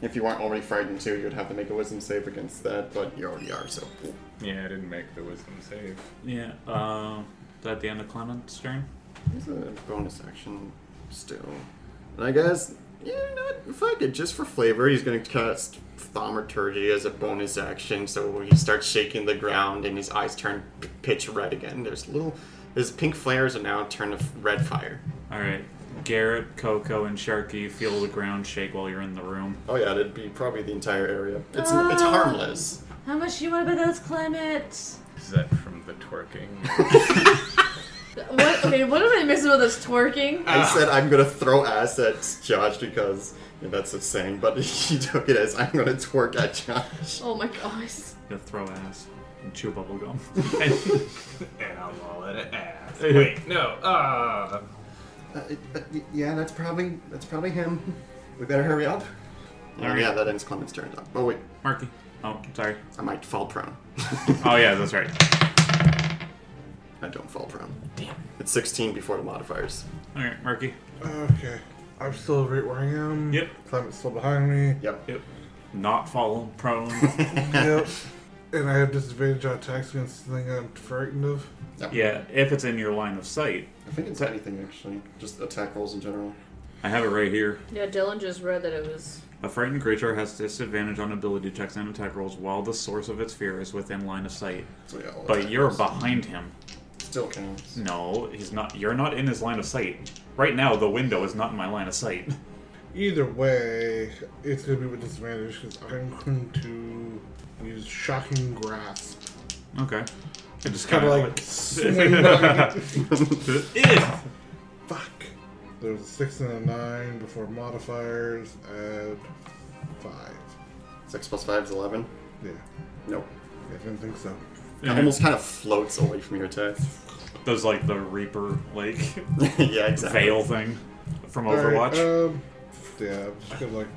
if you weren't already frightened too, you'd have to make a wisdom save against that, but you already are, so. Yeah, I didn't make the wisdom save. Yeah. Uh, is that the end of Clement's turn? There's a bonus action still. And I guess, you know what? Fuck it, just for flavor, he's gonna cast Thaumaturgy as a bonus action, so he starts shaking the ground and his eyes turn p- pitch red again. There's little. His pink flares are now turned to f- red fire. All right. Garrett, Coco, and Sharky feel the ground shake while you're in the room. Oh yeah, that'd be probably the entire area. It's Ah. it's harmless. How much do you want to bet that's Clement? Is that from the twerking? What? Okay, what am I missing with this twerking? Ah. I said I'm gonna throw ass at Josh because you know, that's a saying, but he took it as I'm gonna twerk at Josh. Oh my gosh. You throw ass and chew bubble gum. And- and I'm all in it ass. Wait, no. Uh, Uh, uh, y- yeah, that's probably that's probably him. We better hurry up. Oh, Alright. Yeah, that ends Clement's turn. though. Oh wait, Marky. Oh, sorry. I might fall prone. Oh yeah, that's right. I don't fall prone. Damn. It's 16 before the modifiers. All right, Marky. Okay. I'm still right where I am. Yep. Climate's still behind me. Yep. Yep. Not fall prone. Yep. And I have disadvantage on attacks against the thing I'm frightened of. yeah, if it's in your line of sight. I think it's anything actually, just attack rolls in general. I have it right here. Yeah, Dylan just read that it was. A frightened creature has disadvantage on ability checks and attack rolls while the source of its fear is within line of sight. So yeah, all But attack you're Hmm. rolls behind him. still counts. No, he's not. You're not in his line of sight. Right now, the window is not in my line of sight. Either way, it's going to be with disadvantage because I'm going to use Shocking Grasp. Okay. I just Kind kind of like swing back. Ugh. Fuck. There was a six and a nine before modifiers and five. Six plus five is 11. Yeah, Nope. I didn't think so. It almost kind of floats away from your attack. does like the Reaper like yeah, exactly. veil thing from Alright, Overwatch. um, yeah, I'm just gonna like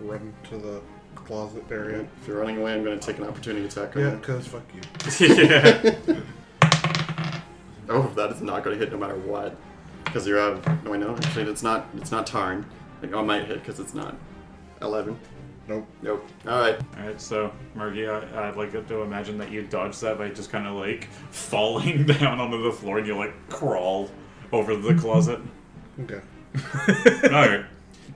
run to the closet area. If you're running away, I'm going to take an opportunity attack on Yeah, you. because fuck you. yeah. Oh, that is not going to hit no matter what. Because you're out. of- No, I know. Actually, it's not. It's not Tarn. Like, oh, it might hit because it's not. Eleven. Nope. Nope. All right. All right, so Margie, I, I'd like to imagine that you dodged that by just kind of like falling down onto the floor and you like crawl over the closet. Okay. All right,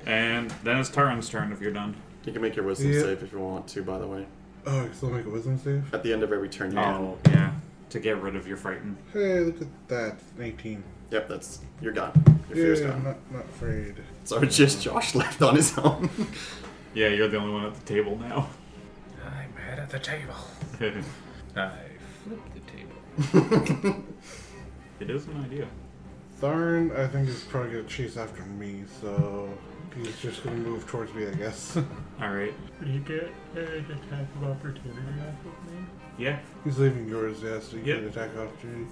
and then it's Taran's turn if you're done. You can make your wisdom Yeah. save if you want to. By the way, Oh, I still make a wisdom save. at the end of every turn, you Oh can. yeah, to get rid of your frighten. Hey, look at that. An 18. Yep, that's you're gone. Your fear's Yeah, I'm gone. not, not afraid. So it's just Josh left on his own. Yeah, you're the only one at the table now. I'm head at the table. it I flipped the table. is an idea. Tharn, I think, is probably gonna chase after me, so he's just gonna move towards me, I guess. All right. You get an attack of opportunity off of me? Yeah. he's leaving yours, yeah, so you Yep. can attack after me.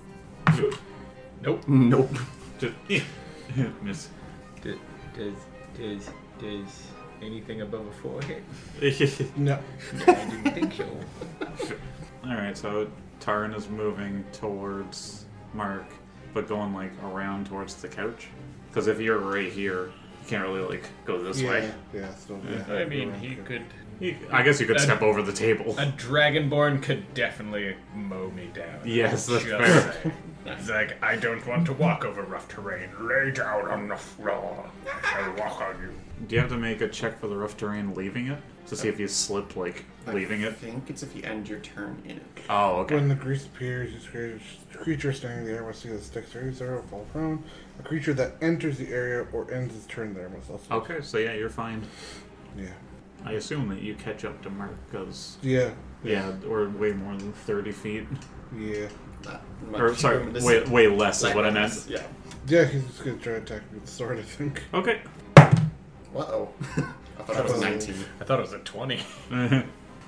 Nope. nope. Just, miss. D- does, does, does anything above a four hit? No. I didn't think so. All right, so Taran is moving towards Mark, but going like around towards the couch. Because if you're right here, you can't really like go this yeah, way. yeah, so, Yeah. yeah. I mean, he could. You, I guess you could step over the table. A dragonborn could definitely mow me down. Yes, that's Just fair. saying. He's like, I don't want to walk over rough terrain. Lay down on the floor. I shall walk on you. Do you have to make a check for the rough terrain leaving it to see if you slipped, like leaving I it? think it's if you end your turn in it. Oh, okay. When the grease appears, each creature- creature standing in the area must see the sticks or zero fall prone. A creature that enters the area or ends its turn there must also. Okay, so yeah, you're fine. Yeah. I assume that you catch up to Merc because Yeah. yeah, or way more than thirty feet, Yeah. Not much or sorry, reminiscent. way way less is Like, what I meant. Yeah. Yeah, he's just gonna try to attack me with the sword, I think. Okay. Uh oh. I thought I was 19. I thought it was a 20.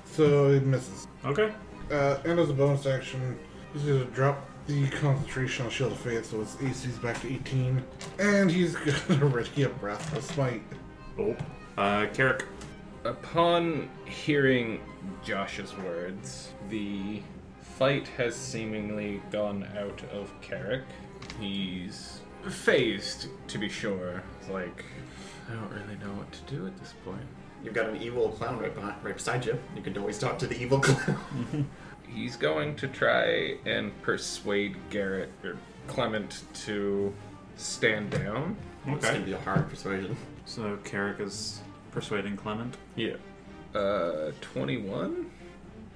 So it misses. okay. Uh, and as a bonus action, he's gonna drop the concentration on Shield of Fate, so his AC's back to 18. And he's gonna ready up Wrathful Smite. Oh. Uh, Carrick. Upon hearing Josh's words, the fight has seemingly gone out of Carrick. He's phased, to be sure. It's like, I don't really know what to do at this point. You've got an evil clown right, behind, right beside you. You can always talk to the evil clown. He's going to try and persuade Garrett or Clement to stand down. It's gonna Okay. be a hard persuasion. So Carrick is persuading Clement. Yeah. Uh, 21?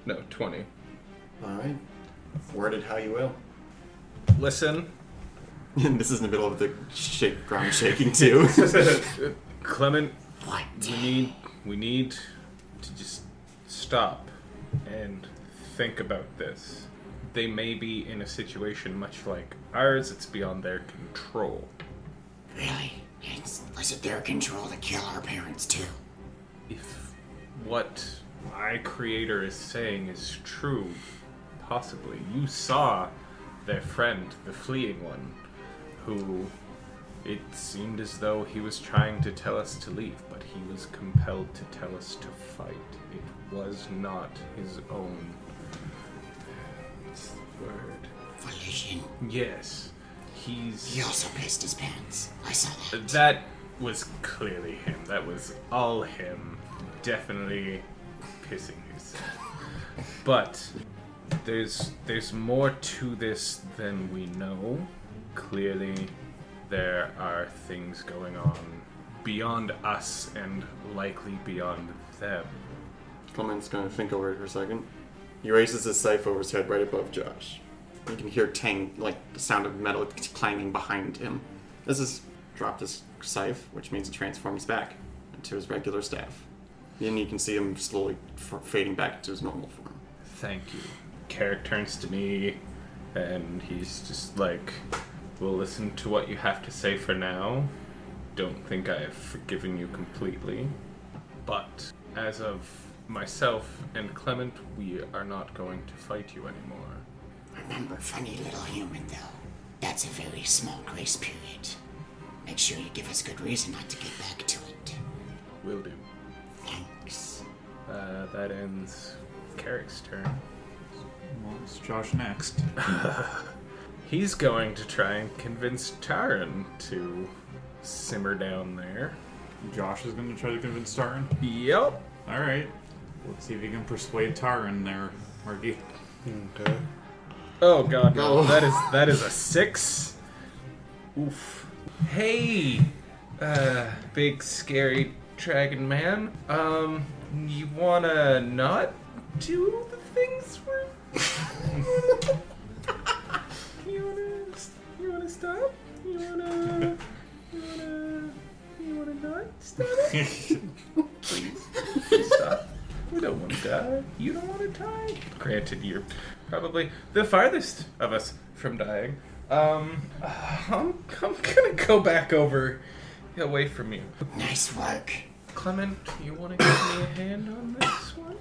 No, 20. Alright. Worded how you will. Listen, And this is in the middle of the shake, ground shaking too. Clement, What? we need we need to just stop and think about this. They may be in a situation much like ours. It's beyond their control. Really? It's, was it their control to kill our parents too? If what my creator is saying is true, possibly. You saw their friend, the fleeing one, who it seemed as though he was trying to tell us to leave, but he was compelled to tell us to fight. It was not his own. What's the word? Volition. Yes. He's. He also pissed his parents. I saw that. That was clearly him. That was all him. Definitely pissing himself. But there's there's more to this than we know. Clearly there are things going on beyond us and likely beyond them. Clement's gonna think over it for a second. He raises his scythe over his head right above Josh. You can hear tang, like the sound of metal clanging behind him. This is dropped his scythe, which means it transforms back into his regular staff. Then you can see him slowly f- fading back into his normal form. Thank you. Carrick turns to me and he's just like, We'll listen to what you have to say for now. Don't think I have forgiven you completely. But as of myself and Clement, we are not going to fight you anymore. Remember, funny little human though. That's a very small grace period. Make sure you give us good reason not to get back to it. Will do. Thanks. Uh, that ends Carrick's turn. Well, it's Josh next. He's going to try and convince Taran to simmer down there. Josh is going to try to convince Taran. Yep. All right. Let's see if you can persuade Taran there, Marky. Okay. Oh god, no. Oh. That is that is a six. Oof. Hey, uh, big scary dragon man. Um, you wanna not do the things we're? you wanna? You wanna stop? You wanna? You wanna? You wanna not stop? it? Stop. We don't want to die. You don't want to die. Granted, you're probably the farthest of us from dying. Um, I'm, I'm gonna go back over away from you. Nice work. Clement, you want to give me a hand on this one?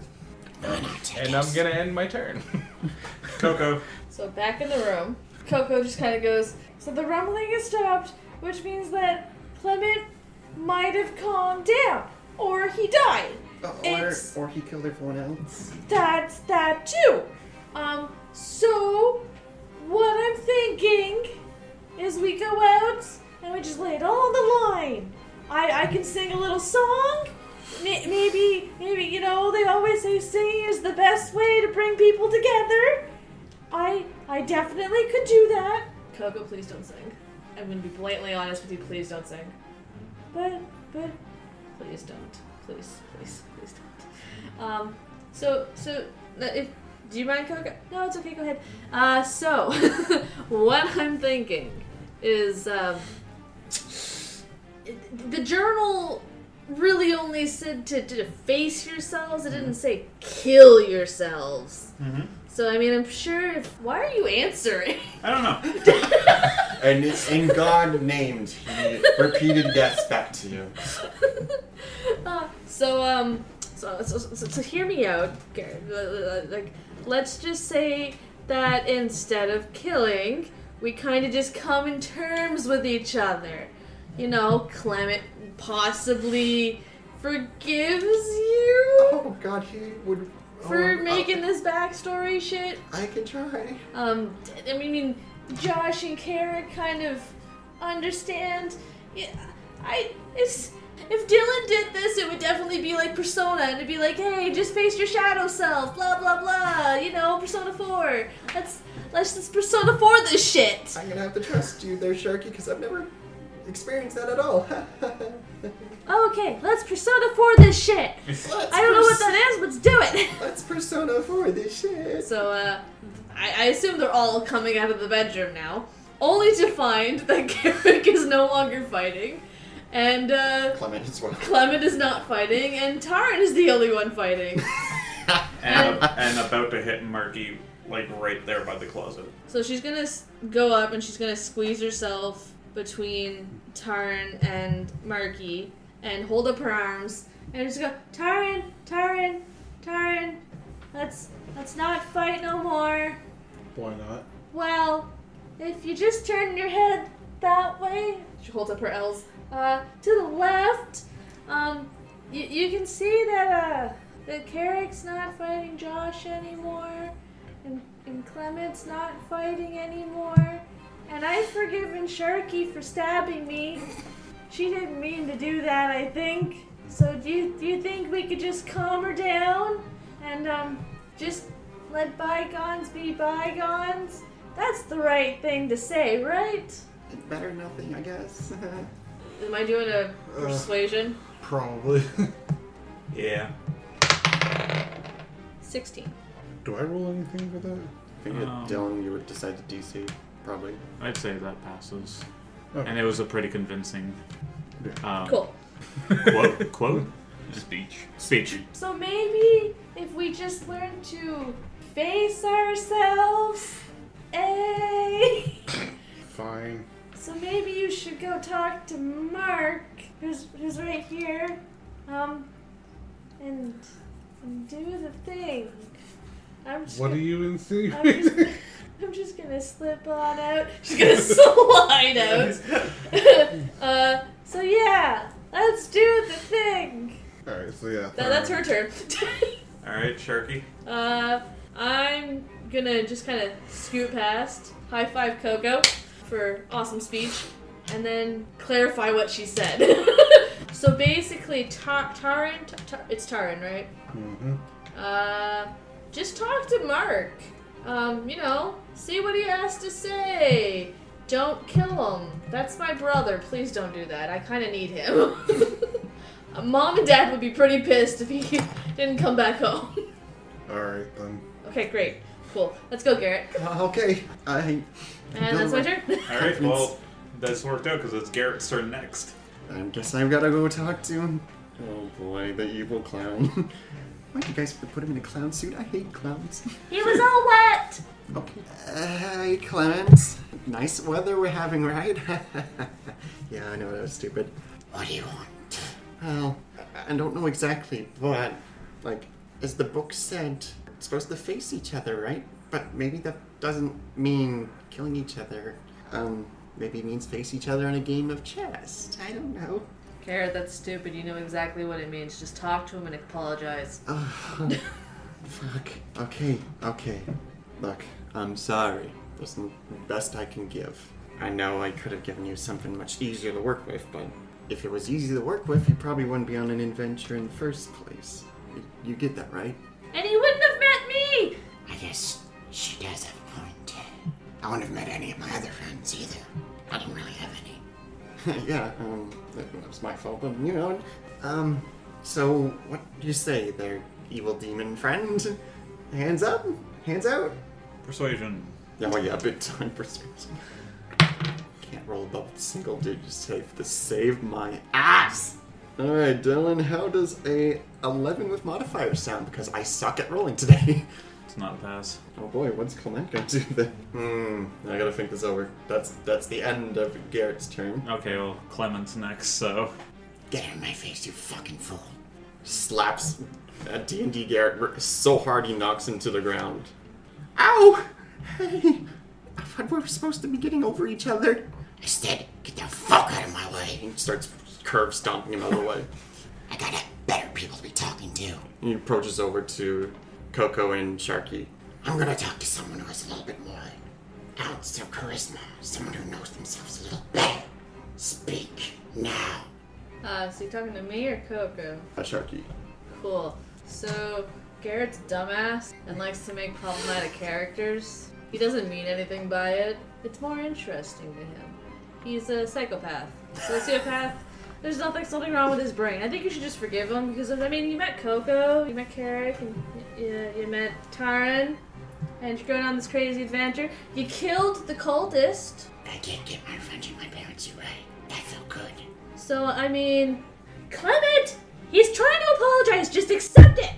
No, no, take And it. I'm gonna end my turn. Coco. So back in the room, Coco just kind of goes, So the rumbling has stopped, which means that Clement might have calmed down, or he died. It's- Uh, or he killed everyone else. That's that too. Um, so what I'm thinking is we go out and we just lay it all on the line. I, I can sing a little song, may- maybe, maybe, you know, they always say singing is the best way to bring people together. I, I definitely could do that. Coco, please don't sing. I'm gonna be blatantly honest with you. Please don't sing. But, but, please don't. Please, please, please don't. Um, so, so, uh, if, do you mind, Coco? No, it's okay. Go ahead. Uh, so, what I'm thinking is, um, the journal really only said to, to face yourselves. It didn't say kill yourselves. Mhm. So I mean, I'm sure. If, why are you answering? I don't know. And it's in God named, he repeated deaths back to you. Uh, so um, so so, so, so hear me out, Garrett. Uh, uh, Like, let's just say that instead of killing, we kind of just come in terms with each other. You know, Clement possibly forgives you Oh God, he would. for oh, making this backstory shit. I can try. Um, d- I mean, Josh and Kara kind of understand. Yeah, I if if Dylan did this, it would definitely be like Persona, and it'd be like, hey, just face your shadow self, blah blah blah. You know, Persona Four. Let's let's just Persona Four this shit. I'm gonna have to trust you there, Sharky, because I've never experienced that at all. Okay, let's Persona Four this shit. Let's I don't know what pers- that is. Let's do it. Let's Persona 4 this shit. So, uh, I, I assume they're all coming out of the bedroom now, only to find that Garrick is no longer fighting, and uh, Clement as well. Clement is not fighting, and Taryn is the only one fighting. And, and about to hit Marky, like right there by the closet. so she's gonna s- go up and she's gonna squeeze herself between Taryn and Marky and hold up her arms and just go, Taryn, Taryn, Taryn, let's let's not fight no more. Why not? Well, if you just turn your head that way, she holds up her L's, uh, to the left, um, you, you can see that, uh, that Carrick's not fighting Josh anymore, and, and Clement's not fighting anymore, and I've forgiven Sharky for stabbing me. She didn't mean to do that, I think. So do you, do you think we could just calm her down and, um, just let bygones be bygones? That's the right thing to say, right? Better nothing, I guess. Am I doing a persuasion? Probably. Yeah. 16. Do I roll anything for that? I think Um. that Dylan, you would decide to DC, probably. I'd say that passes. Okay. And it was a pretty convincing um, Cool. quote, quote Speech. speech. So maybe if we just learn to face ourselves, eh? Fine. so maybe you should go talk to Mark, who's, who's right here, um, and, and do the thing. I'm just What gonna- do you I'm just, insinuating? I'm just gonna slip on out. Just gonna slide out. uh, so yeah, let's do the thing. Alright, so yeah. That, that's her turn. All right, Sharky. uh, I'm gonna just kind of scoot past, high five Coco for awesome speech, and then clarify what she said. so basically, Tar- Taran, Tar- it's Taran, right? Mm-hmm. Uh, just talk to Mark. Um, you know, see what he has to say. Don't kill him. That's my brother. Please don't do that. I kind of need him. Uh, Mom and Dad would be pretty pissed if he didn't come back home. Alright then. okay, great. Cool. Let's go, Garrett. Uh, okay. I, And that's my turn. All right, well, that's worked out because it's Garrett's turn next. I guess I've gotta go talk to him. Oh boy, the evil clown. Why'd you guys put him in a clown suit? I hate clowns. he was all wet. Okay. Uh, hey, Clemens. Nice weather we're having, right? yeah, I know that was stupid. What do you want? Well, I- I don't know exactly, but like, as the book said, we're supposed to face each other, right? But maybe that doesn't mean killing each other. Um, maybe it means face each other in a game of chess. I don't know. Garrett, that's stupid. You know exactly what it means. Just talk to him and apologize. Ugh. fuck. Okay, okay. Look, I'm sorry. That's the best I can give. I know I could have given you something much easier to work with, but If it was easy to work with, you probably wouldn't be on an adventure in the first place. You, you get that, right? And he wouldn't have met me! I guess she does have a point. I wouldn't have met any of my other friends either. I didn't really have any. yeah, um, that that was my fault, but you know. Um, so what do you say there, evil demon friend? Hands up? Hands out? Persuasion. Yeah, well, yeah, big time persuasion. Can't roll above the single digit save to save my ass. All right, Dylan, how does a 11 with modifier sound? Because I suck at rolling today. It's not a pass. Oh boy, what's Clement going to do then? Hmm, I gotta think this over. That's that's the end of Garrett's turn. Okay, well, Clement's next, so. Get out of my face, you fucking fool. Slaps Uh, at D&D Garrett r- so hard he knocks him to the ground. Ow! Hey, I thought we were supposed to be getting over each other. I said, get the fuck out of my way. He starts curve stomping him out of the way. I got better people to be talking to. He approaches over to Coco and Sharky. I'm gonna talk to someone who has a little bit more ounce of charisma, someone who knows themselves a little better. Speak now. Uh, so you're talking to me or Coco? Uh, Sharky. Cool. So Garrett's dumbass and likes to make problematic characters. He doesn't mean anything by it. It's more interesting to him. He's a psychopath, sociopath. There's nothing something wrong with his brain. I think you should just forgive him because I mean, you met Coco, you met Carrick, and you, you met Taran, and you're going on this crazy adventure. You killed the cultist. I did get my revenge on my parents, you're right. That felt good. So I mean, Clement, he's trying to apologize. Just accept it.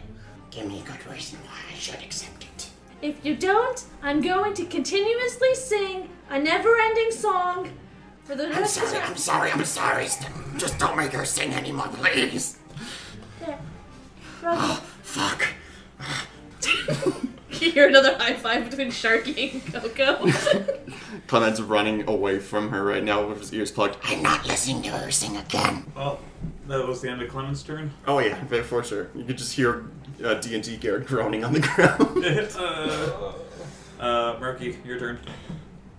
Give me a good reason why I should accept it. If you don't, I'm going to continuously sing a never-ending song for the I'm rest sorry, of I'm sorry, I'm sorry. St- Just don't make her sing anymore, please. the Fuck. You hear another high five between Sharky and Coco. Clement's running away from her right now with his ears plugged. I'm not listening to her sing again. Well, that was the end of Clement's turn. Oh yeah, for- for sure. You could just hear uh, D&D Garrett groaning on the ground. uh, uh, Murky, your turn.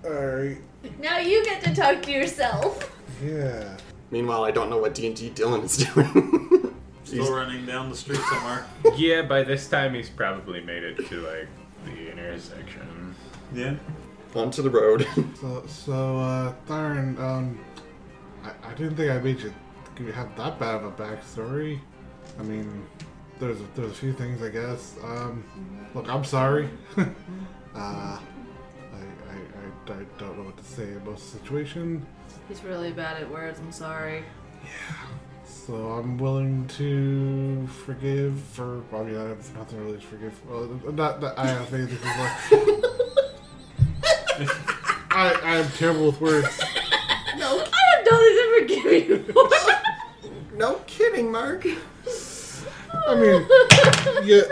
Alright. now you get to talk to yourself. Yeah. Meanwhile, I don't know what D&D Dylan is doing. Still running down the street somewhere. Yeah, by this time he's probably made it to like the intersection. yeah. onto the road. So, so uh, Tharn, um, I, I didn't think I made you you have that bad of a backstory. I mean, there's a, there's a few things, I guess. Um, look, I'm sorry. uh, I, I, I, I don't know what to say about the situation, He's really bad at words. I'm sorry. so I'm willing to forgive for. I mean, I have nothing really to forgive. Well, not that I have anything to forgive. I, I am terrible with words. No, I have nothing to forgive you for. no kidding, Mark. I mean, you,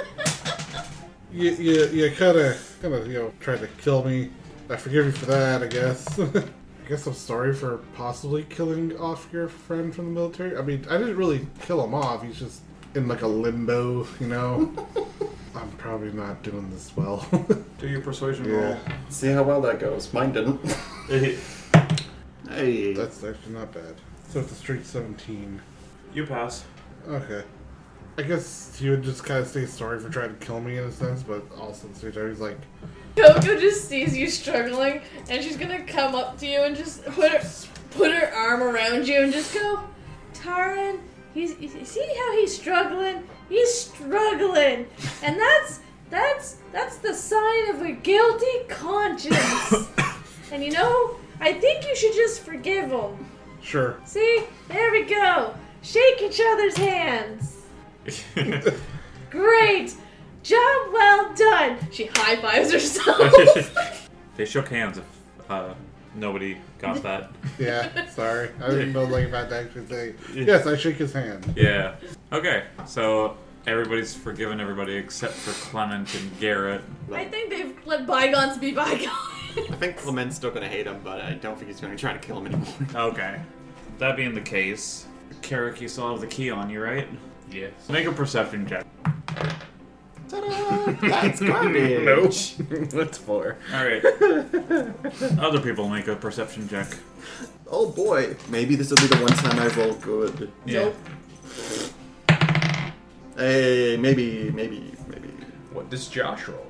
you, you, you kind of, kind of, you know, tried to kill me. I forgive you for that, I guess. I guess I'm sorry for possibly killing off your friend from the military. I mean, I didn't really kill him off. He's just in like a limbo, you know. I'm probably not doing this well. Do your persuasion yeah, See how well that goes. Mine didn't. roll. hey. that's actually not bad. So it's a straight 17. you pass. Okay. I guess he would just kind of say sorry for trying to kill me in a sense, but also at the same time, he's like, Coco just sees you struggling, and she's gonna come up to you and just put her put her arm around you and just go, Taran. He's you see how he's struggling. He's struggling, and that's that's that's the sign of a guilty conscience. and you know, I think you should just forgive him. sure. See, there we go. Shake each other's hands. Great. Job well done. She high fives herself. they shook hands if uh, nobody got that. Yeah, sorry. I didn't know like about that actually say. Yes, I shake his hand. Yeah. Okay, so everybody's forgiven everybody except for Clement and Garrett. I think they've let bygones be bygones. I think Clement's still gonna hate him, but I don't think he's gonna try to kill him anymore. Okay. That being the case, Carrick, you still have the key on you, right? Yes. Make a perception check. Ta-da! That's garbage. What's for? All right. Other people make a perception check. Oh boy, maybe this will be the one time I roll good. Yeah. Hey, maybe, maybe, maybe. What does Josh roll?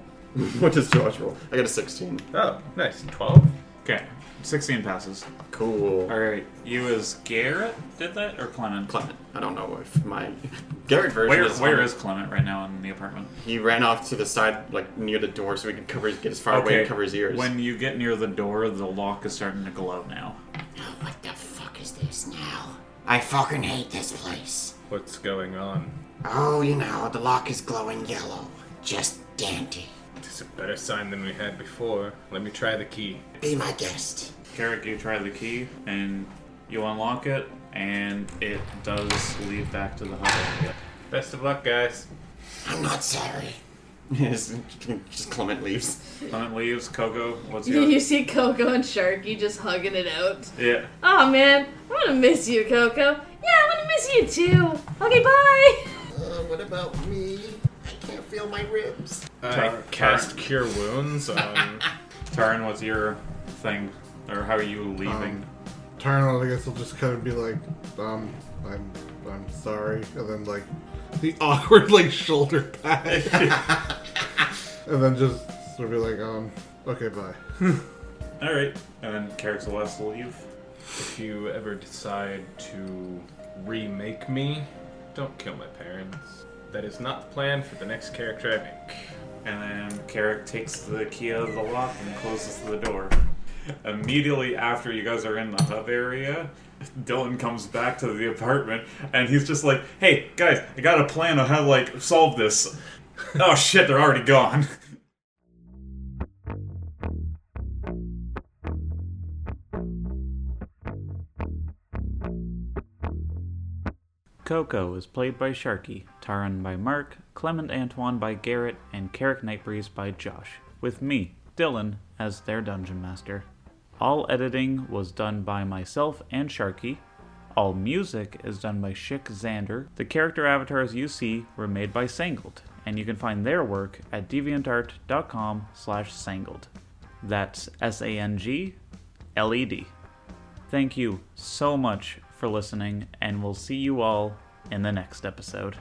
what does Josh roll? I got a 16. Oh, nice. 12? Okay. 16 passes. Cool. All right. You as Garrett did that or Clement? Clement. I don't know if my Garrett version Where is on where it. is Clement right now in the apartment? he ran off to the side, like near the door, so he could cover his, get as far away and cover his ears. When you get near the door, the lock is starting to glow now. Oh, what the fuck is this now? I fucking hate this place. What's going on? Oh, you know, the lock is glowing yellow. Just dandy. This is a better sign than we had before. Let me try the key. Be my guest. Carrick, you try the key and you unlock it, and it does lead back to the hut. Best of luck, guys. I'm not sorry. Yes, just Clement leaves. Clement leaves. Coco, what's You, you your? see Coco and Sharky just hugging it out. yeah. Oh man, I'm gonna miss you, Coco. Yeah, I'm gonna miss you too. Okay, bye. Uh, what about me? I can't feel my ribs. I Tar- cast Cure Wounds on. Tarn, what's your thing, or how are you leaving? Tarnal, I guess, will just kind of be like, um, I'm, I'm sorry, and then like the awkward like shoulder pat, and then just sort of be like, um, okay, bye. All right, and then Carrick's the last to leave. if you ever decide to remake me, don't kill my parents. That is not the plan for the next character I make. And then Carrick takes the key out of the lock and closes the door. Immediately after you guys are in the hub area, Dylan comes back to the apartment and he's just like, "Hey guys, I got a plan on how to like solve this." oh shit, they're already gone. Coco is played by Sharky, Taran by Mark, Clement Antoine by Garrett, and Carrick Nightbreeze by Josh, with me, Dylan, as their dungeon master. All editing was done by myself and Sharky. All music is done by Schick Xander. The character avatars you see were made by Sangled, and you can find their work at deviantart.com slash sangled. That's S-A-N-G-L-E-D. Thank you so much for listening, and we'll see you all in the next episode.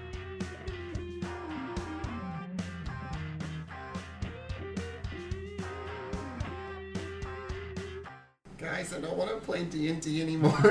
Guys, I don't want to play D and D anymore.